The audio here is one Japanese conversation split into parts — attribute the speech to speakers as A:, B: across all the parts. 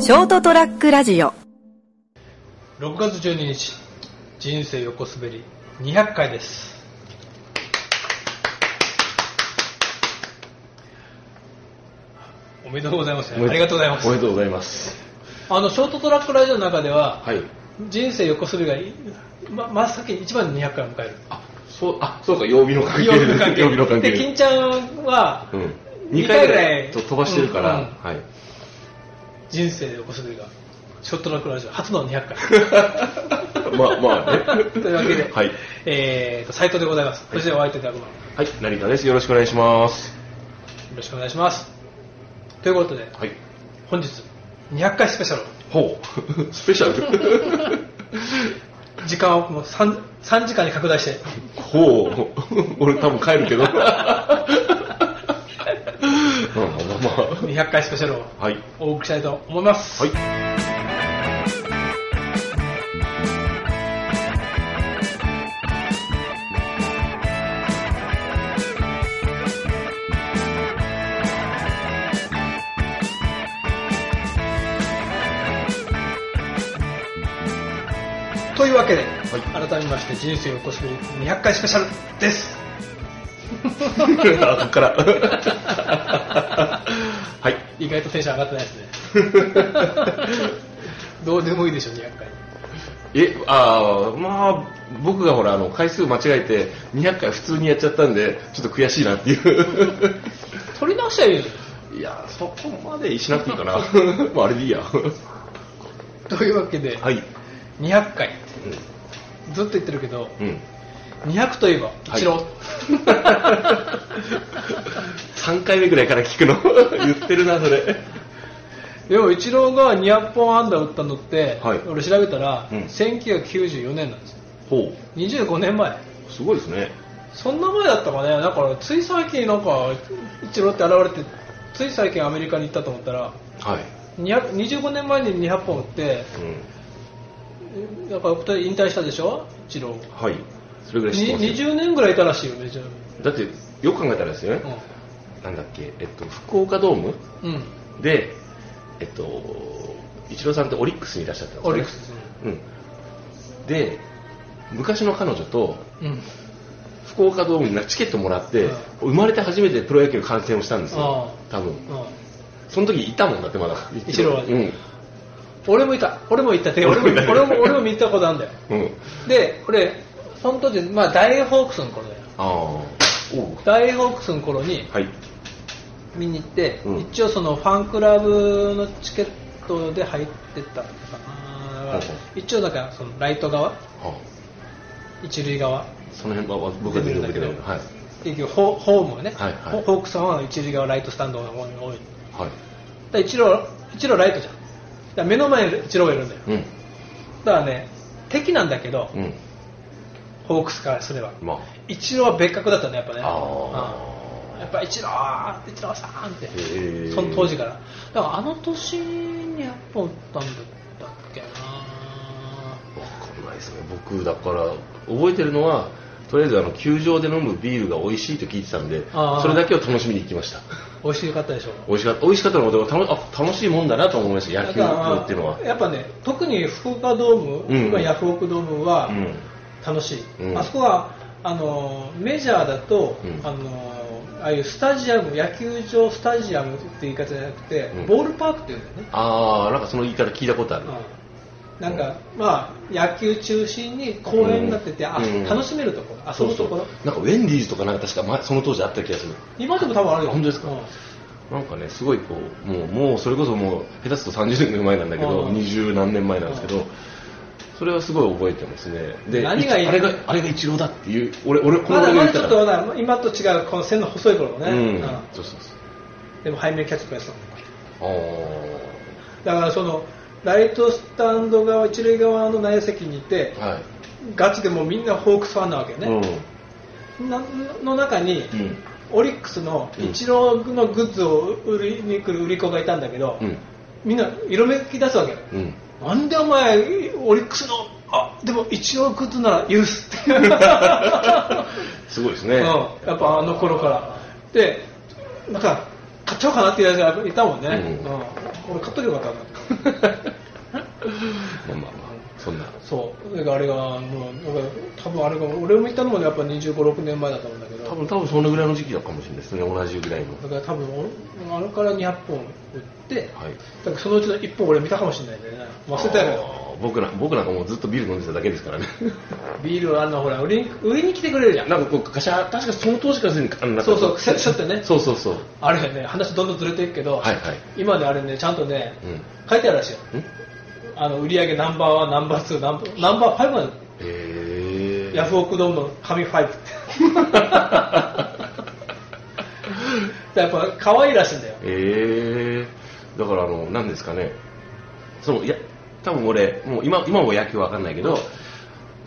A: ショートトラックラジオ
B: 6月12日人生横滑り200回ですおめでとうございますあ
C: おめで
B: りがとうございます
C: おめでとうございます。
B: あのショートトラックラジオの中では、
C: はい。
B: 人生横滑りがいま真っ先に一番に200回を迎える
C: あ、そう、あ、そうか、曜日の関係で。曜日の関係
B: で
C: で。
B: 金ちゃんは
C: うん。
B: 二
C: 2
B: 回
C: 回
B: ぐ
C: ぐ
B: ら
C: ら
B: い
C: いと飛ばしてるから、
B: うんうん
C: はい。
B: 人生横滑りがショートトラックラジオ初の200回
C: まあ、 まあね。
B: というわけで、
C: はい。
B: えーと斉藤でございますそしてお相手で悪魔よ
C: はい、成田です。よろしくお願いします。
B: ろしくお願いしますということで
C: はい。
B: 本日200回スペシャル
C: ほう。 スペシャ ル。
B: 時間をもう 3, 3時間に拡大して
C: ほう。 俺多分帰 るけど。うん、まあまあま
B: 200回スペシャルを
C: あ。はい。
B: お送りしたいと思います、
C: はい。
B: というわけで、
C: い
B: 改めまして人生を起こす200回スペシャルです
C: あ、こっから。 はい。
B: 意外とテンション上がってないですね どうでもいいでしょ200回
C: え、あーまあ、僕がほら、あの、回数間違えて、200回普通にやっちゃったんで、ちょっと悔しいなって いう。
B: 取り直したらいいよ
C: いや、そこまでしなくていいか な。まあ、あれでいいや。は
B: というわけで、
C: い。
B: 200回ずっと言ってるけど
C: うん。うん。
B: 200といえば一郎、
C: はい3回目ぐらいから聞 くの。言ってるな、それ。
B: でもイチローが200本安打打ったのって、
C: はい
B: 俺調べたら、
C: うん
B: 1994年なんですよ
C: ほ
B: 25年前
C: う。すごいですね。
B: そんな前だったかねだからつい最近なんかイチローって現れてつい最近アメリカに行ったと思ったら
C: はい。
B: 200 25年前に200本打って
C: うん。
B: だから今年引退したでしょイチロー
C: はい。それぐらい知って
B: に
C: ますよ
B: 20年ぐらいいたらしいよねじゃ
C: だって、よく考えたらですよね。
B: あ
C: なんだっけ、えっと、福岡ドーム
B: うん、うん、
C: で、えっと、イチローさんってオリックスにいらっしゃったんですよ
B: オ
C: ね
B: リックス
C: うん、で昔の彼女と
B: うん
C: 福岡ドームにチケットもらって、
B: はい
C: 生まれて初めてプロ野球の観戦をしたんですよ
B: あ
C: 多分
B: うん
C: その時いたもんだってまだ
B: 一郎は
C: うん
B: 俺もいた俺も行ったて俺も
C: 俺もいた
B: 俺も俺も見たことあるんだよ
C: うん
B: で俺その当時、まあ、大ホークスの頃だよ
C: ああおう
B: 大ホークスの頃に
C: はい
B: 見に行って、
C: うん
B: 一応そのファンクラブのチケットで入ってたのかな
C: ほうほ
B: 一応なんかそのライト側
C: あ
B: 一塁側
C: その辺は僕は出るんだけど
B: 出てるんだけど
C: はい
B: 結局ホホームはね、
C: はいはい
B: ホホークスは一塁側ライトスタンドの方に多いだか
C: はい
B: ら一郎一郎ライトじゃんだから目の前に一郎がいるんだよ
C: うん
B: だからね敵なんだけど、
C: うん
B: ホークスからすれば
C: ま
B: 一郎は別格だったねやっぱね
C: ああ
B: うんやっぱ一郎ーって一郎さんって
C: あへえ
B: その当時から。だからあの年にやっぱおったんだったっけな
C: わかんないですね僕だから覚えてるのはとりあえずあの球場で飲むビールが美味しいと聞いてたんで
B: あー
C: それだけを楽しみに行きました
B: 美味しかったでしょ。
C: 美味しかった美味しかったのもでもたのあ楽しいもんだなと思いました野球部っていうのは
B: だからやっぱね、特に福岡ドーム、
C: うん
B: 今ヤフオクドームは
C: うん
B: 楽しい。
C: うん
B: あそこはあのメジャーだと、
C: うん
B: あのああいうスタジアム、野球場スタジアムって言い方じゃなくて、
C: うん
B: ボールパークって言うんだよね。
C: ああなんかその言い方聞いたことある、
B: うんなんか、まあ野球中心に公園になってて、あ
C: うん
B: 楽しめるところ、遊
C: そう
B: ぶ
C: そ
B: ところ
C: うなんかウェンディーズとかなんか確か前その当時あった気がする
B: 今でも多分あるよ
C: 本当ですか
B: うん
C: なんかねすごいこうもうもうそれこそもう下手すると30年ぐらい前なんだけ
B: あ
C: ど
B: ー
C: 二十何年前なんですけ
B: あー
C: どそれはすごい覚えてますねで
B: 何がいい
C: あれがあれが一郎だっていう俺俺こ
B: ま
C: の
B: だ
C: 俺
B: ま
C: が
B: だ
C: 言っ
B: ち
C: た
B: ょっ
C: ら
B: とまだ今と違うこの線の細い頃のね、
C: うん、
B: うん
C: そうそうそう
B: でも背面キャッチとかやってたもん
C: あ
B: だからそのライトスタンド側一塁側の内野席にいて
C: あはい
B: ガチでもうみんなホークスファンなわけね、なの中に、
C: うんうん
B: オリックスのイチローのグッズを売りに来る売り子がいたんだけど、
C: うん
B: みんな色めき出すわけよ
C: うん
B: なんでお前オリックスのあでも一応グッズなら許すって
C: すごいですね、
B: うん、やっぱあの頃からでなんか買っちゃおうかなっていうやつがいたもんね、
C: うん
B: うん俺買っとけばよかったなって
C: ま あまあまあ、そんな。
B: そうだからあれがもうなんか多分あれが俺も行ったのもやっぱ2 5 6年前だと思うんだけど
C: 多分、多分そのぐらいの時期だかもしれないですね。同じぐらいの。
B: だから多分俺あれから200本売って
C: はい。
B: だからそのうちの1本俺見たかもしれないんだよね忘れたけど
C: あー僕ら、僕なんかもうずっとビール飲んでただけですか らね。
B: ビールあんのほら売りに売りに来てくれるじゃん
C: なんかこう、カシャ、確かその当時からすでに、あの、なんか
B: そうそう癖ちょっとね
C: そうそうそう。
B: あれね話どんどんずれていくけど、
C: はいはい。
B: 今ねあれねちゃんとね
C: うん。
B: 書いてあるらしいよ
C: ん
B: あの売り上げナンバーワンナンバーツーナンバーナンバーファイブなの
C: えー。
B: ヤフオクドームの紙ファイブって やっぱ可愛いらしいんだよ
C: えー、だからあの、なんですかね、そのいや多分俺、もう今今も野球わかんないけど、だか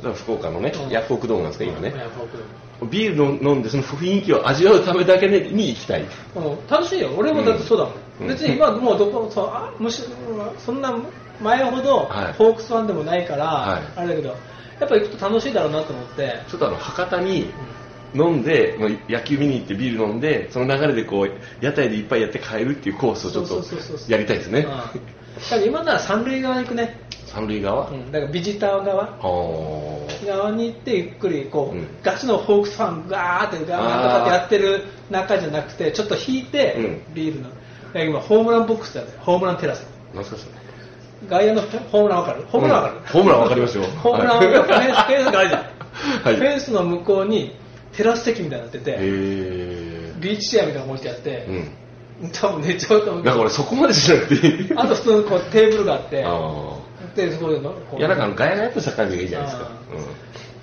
C: ら福岡のね
B: うん、
C: ヤフオクドームなんですか、今ね、
B: ヤフオクド
C: ビールの飲んで、その雰囲気を味わうためだけに行きたい、
B: ームうん楽しいよ俺もだってそうだもん、
C: うん
B: 別に今もうどこそうあむしそんな前ほど
C: はい
B: ホークスファンでもないから、
C: はい
B: あれだけどやっぱ行くと楽しいだろうなと思って、
C: ちょっとあの博多に飲んで、もう野球見に行ってビール飲んで、その流れでこう屋台でいっぱいやって帰るっていうコースをちょっ
B: そ
C: と
B: うそうそうそう
C: やりたいです
B: うん
C: ね、
B: だから今なら三塁側に行くね、
C: 三塁側、
B: う
C: あ
B: ん、だからビジター側
C: ー
B: 側に行ってゆっくりこう、
C: うん
B: ガチのホークスファンガーってガーッとかってやってる中じゃなくてちょっと引いて、
C: う
B: ビールのえ今ホームランボックスってやつホームランテラス
C: なんすかそれ
B: 外野のホームランわかるホームランわかる、
C: うんホームランわかりますよ
B: ホームラン
C: はい
B: フェンスフェンスがあるじゃん、
C: はい
B: フェンスの向こうにテラス席みたいになってて、
C: え
B: ビーチチェアみたいなの置いてあって
C: ー、う、ん
B: 多分寝ちゃうと思う
C: だから俺そこまでしなくていい。
B: あと普通のこうテーブルがあって
C: あ
B: でそこでの
C: あ。
B: こう
C: いや、なんかあのガヤガヤっとした感じがいいじゃないですか。
B: あ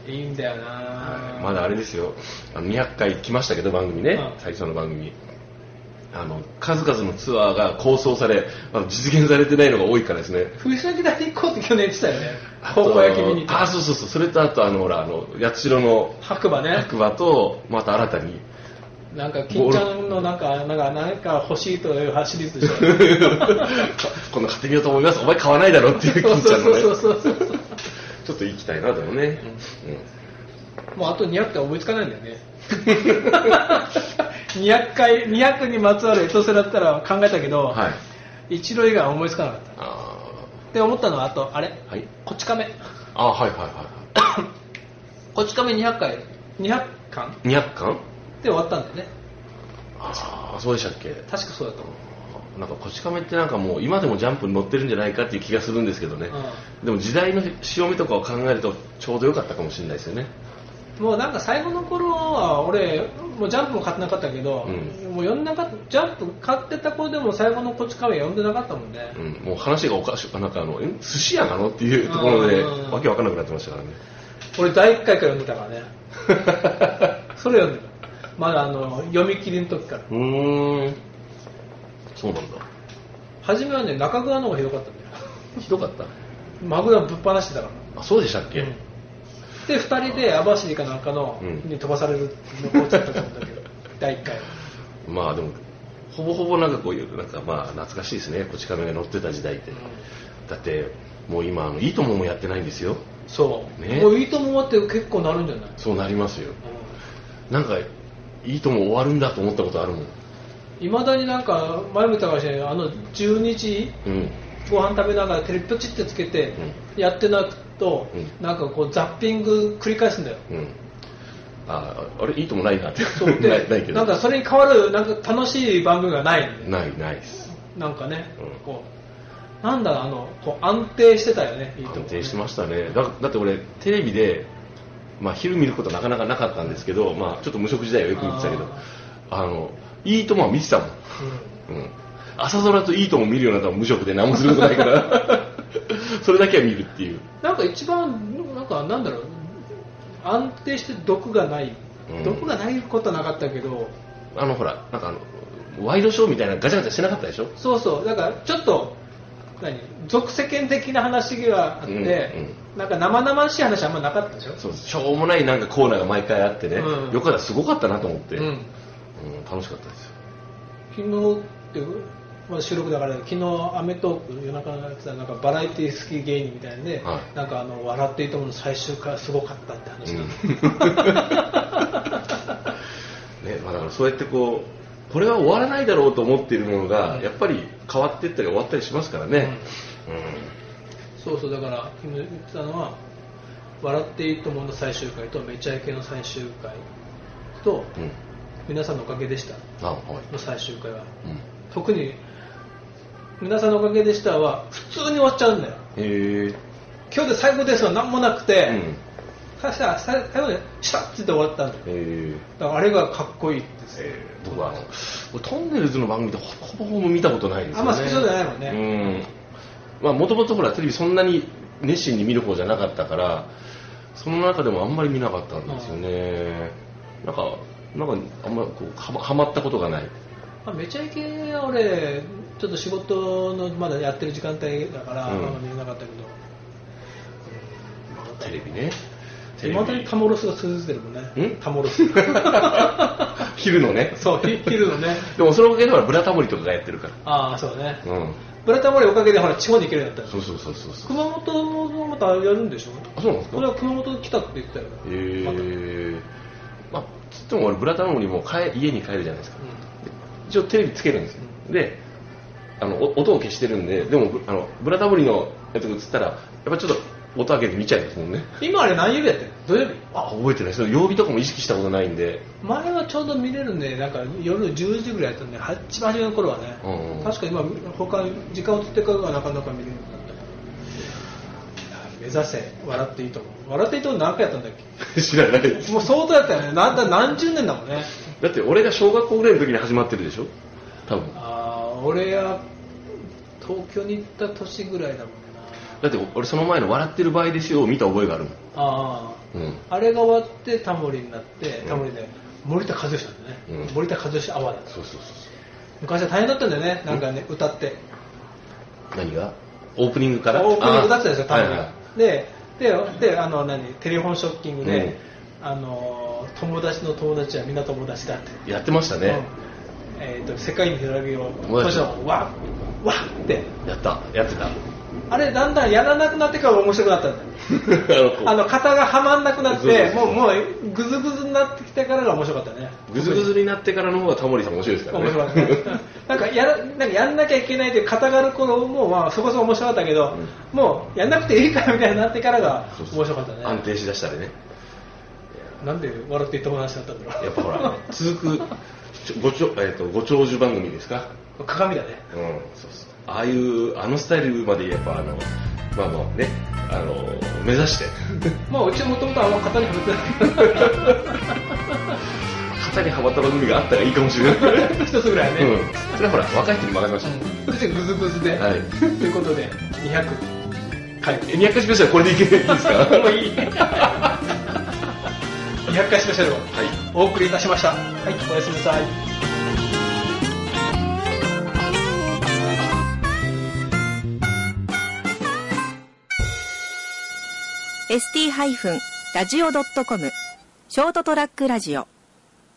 C: うん
B: いいんだよな、
C: はいまだあれですよ、あの200回来ましたけど、番組ね
B: う、ん
C: 最初の番組。あの、数々のツアーが構想され、あの実現されてないのが多いからですね。
B: 冬の時代に行こうって去年言ってたよね高校野球見に行っ
C: あ、そうそうそう。それとあと、あの、ほら、あの、八代の
B: た白馬ね
C: 白馬と、また新たに、
B: なんか金ちゃんのなんかなんかなんか欲しいというシリーズ でしょ
C: 今度買ってみようと思います。お前買わないだろっていう、
B: そう
C: 金ち
B: そ
C: ゃんの
B: う
C: ね。
B: そうそうそうそう
C: ちょっと行きたいな、でもね。うん
B: もうあと200回思いつかないんだよね 200回200にまつわるエトセラだったら考えたけど、
C: はい。
B: 一郎以外は思いつかなかった
C: あ
B: って思ったのはあとあれ
C: ーはい。
B: こち 亀
C: あーはいはいはいはい。
B: こち亀200回200巻で
C: 200巻
B: 終わったんだよね
C: ああそうでしたっけ
B: 確かそうだと思う
C: なんか「こち亀」ってなんかもう今でもジャンプに乗ってるんじゃないかっていう気がするんですけどね、
B: う
C: でも時代の潮目とかを考えるとちょうどよかったかもしれないですよね
B: もうなんか最後の頃は俺もうジャンプも買ってなかったけど、
C: う
B: もう読んでなかったジャンプ買ってた頃でも最後のこち亀読んでなかったもんね、
C: うん、もう話がおかしくなんかあのえ寿司屋なのっていうところで
B: うん
C: わけわかんなくなってましたからね
B: 俺第1回から読んでたからね それ読んでたまだあの読み切りの時から
C: うーんそうなんだ
B: 初めはね中川の方がひどかったんだよ
C: ひどかった
B: マグダムぶっ放してたから
C: あそうでしたっけ、
B: うんで2人で網走かなんかの、
C: うん
B: に飛ばされるのをちょっと思うん だけど第1回は
C: まあでもほぼほぼなんかこういうなんかまあ懐かしいですねこち亀が乗ってた時代って、だってもう今あのいいとももやってないんですよ
B: そう、
C: ね
B: もういいと思って結構なるんじゃない、
C: そうなりますよなんか、いいとも終わるんだと思ったことあるもん。
B: いまだになんか前も言ったかもしれないけどあの12時
C: うん。
B: ご飯食べながらテレビポチってつけてやってなくと、
C: う
B: なんかこうザッピング繰り返すん だよ
C: うん。あ、あれ、いいともないなって。
B: そうで
C: ないないけ
B: な
C: ど。
B: んかそれに変わるなんか楽しい番組がないんで
C: ない、ないです。
B: なんかね、
C: うん
B: こうなんだろうあのこう安定してたよねいいとこ
C: 安定してましたね。だだって俺、テレビで、まあ、昼見ることなかなかなかったんですけど、まあ、ちょっと無職時代はよく見てたけど、あの、いいともは見てたもん。
B: うん
C: うん。朝ドラといいとも見るようになったら無職で何もすることないから、 それだけは見るっていう。
B: なんか一番なんかなんだろう安定して毒がない、
C: うん
B: 毒がないことはなかったけど
C: あの、ほら、なんかあの、ワイドショーみたいなガチャガチャしてなかったでしょ
B: そうそうだからちょっと何俗世間的な話があって、
C: うんう
B: なんか生々しい話あんまなかったでしょ
C: そうですしょうもないなんかコーナーが毎回あってね、
B: うん
C: よかったすごかったなと思って、
B: う
C: うん
B: ん、
C: 楽しかったですよ
B: 昨日っていう、まあ、収録だから昨日『アメトーーク』夜中のやつだなんかバラエティ好き芸人みたいなんで、
C: はい
B: なんかあの「笑っていいと思う」の最終回すごかった って話、
C: うんねまあ、だからそうやってこうこれは終わらないだろうと思っているものが、
B: うん
C: やっぱり変わっていったり終わったりしますからね、
B: そうそうだから君の言ってたのは「笑っていいと思う」の最終回と「めちゃイケ」の最終回と
C: うんうん
B: 「皆さんのおかげでした
C: あはい、」
B: の最終回は
C: うん、
B: 特に「皆さんのおかげでした」は普通に終わっちゃうんだよ
C: へえ
B: 今日で最後ですは何もなくて、
C: うん
B: さささ最後でしたって言って終わったんだよ
C: えー
B: だからあれがかっこいいですよ、
C: えー僕はあの俺トンネルズの番組ってほぼほぼ見たことないんです
B: あ
C: よ、ね、
B: んま好きそうじゃないもんね、
C: うんまあもともとほらテレビそんなに熱心に見る方じゃなかったからその中でもあんまり見なかったんですよね、なんかなんかあんまこうはまはまったことがない
B: まあ、めちゃイケは俺ちょっと仕事のまだやってる時間帯だから、あ
C: うん
B: んま見れなかったけど
C: テレビねテ
B: い
C: レ
B: まだに
C: ビ
B: タモロスが通じてるもんね
C: ん
B: タモ ロス
C: 昼のね
B: そうひ昼のね
C: でもそのおかげでほらブラタモリとかがやってるか
B: ああそうね
C: らうん
B: ブラタモリおかげでほら地方に行けるようになった
C: そ
B: よ
C: うそうそうそうそう
B: 熊本もまたやるんでしょ
C: あそうなんです
B: こ
C: か
B: れは熊本来たって言ってたよ
C: へえ
B: またうん
C: ーまあ、つっても俺ブラタモリも帰家に帰るじゃないですか一応テレビつけるんですよであのお音を消してるんででもあのブラタモリのやつが映ったらやっぱちょっと音開けて見ちゃいますもんね
B: 今あれ何曜日やってる土曜日
C: あ覚えてないその曜日とかも意識したことないんで
B: 前はちょうど見れるんでなんか夜10時ぐらいやったんで一番初めの頃はね、
C: うんうん
B: 確か今他時間を取ってからがなかなか見れるようになった目指せ笑っていいと思う笑っていいと思う何回やったんだっ
C: 知らないです
B: けもう相当やったよねなんだ何十年だもんね
C: だって俺が小学校ぐらいの時に始まってるでしょ多分
B: ああ俺が東京に行った年ぐらいだもんな
C: だって俺その前の「笑ってる場合ですよ」を見た覚えがあるもん
B: あ
C: うん
B: ああれが終わってタモリになって
C: うん
B: タモリで森田和義なんだね、
C: うん
B: 森田和義アワーだ
C: そうそうそうそ
B: 昔は大変だったんだよねなんかね歌って
C: う何がオープニングから
B: オープニングだったんですよ、
C: あ
B: タ
C: ー
B: モリ
C: はいは
B: が
C: い。
B: で、で、であの何テレフォンショッキングで、
C: うん
B: あの友達の友達はみんな友達だって、
C: やってましたね、
B: うんえーと世界に広げよう、
C: 友達
B: そした
C: だ
B: らわっ、わっって、
C: やったやってた
B: あれ、だんだんやらなくなってから面白くなったんだよ。あ
C: あの
B: の型がはまんなくなっ
C: そうそう
B: て、
C: そう
B: もうもうぐずぐずになってきてからが面白かったね。
C: ぐずぐずになってからの方がタモリさん面白いですからね
B: 面白 かったねなんかやらなんかやんなきゃいけないという肩がる頃も、まあ、そこそこ面白かったけど、
C: う
B: もうやんなくていいからみたいになってからが
C: そうそう
B: 面白かったね
C: 安定しだしたらね
B: なんで笑っていい友達だったんだろう
C: やっぱほら続くちょごちょ、えー、とご長寿番組ですか
B: 鏡だね
C: うんそうそうああいうあのスタイルまでやっぱあのまあまあねあの目指して
B: まあうちもともとあんま型にはめて
C: 肩にはまった番組があったらいいかもし れない、
B: ない一つぐらいね、
C: う
B: うん
C: んそれはほら若い人に任せまし
B: そしてグズグズで、
C: はい
B: ということで200回
C: た200回スペシャルこれでいけるんです か
B: もういい200回スペシャルを
C: はい
B: お送りいたしましたはいおやすみなさい
A: ST-radio.com ショートトラックラジオ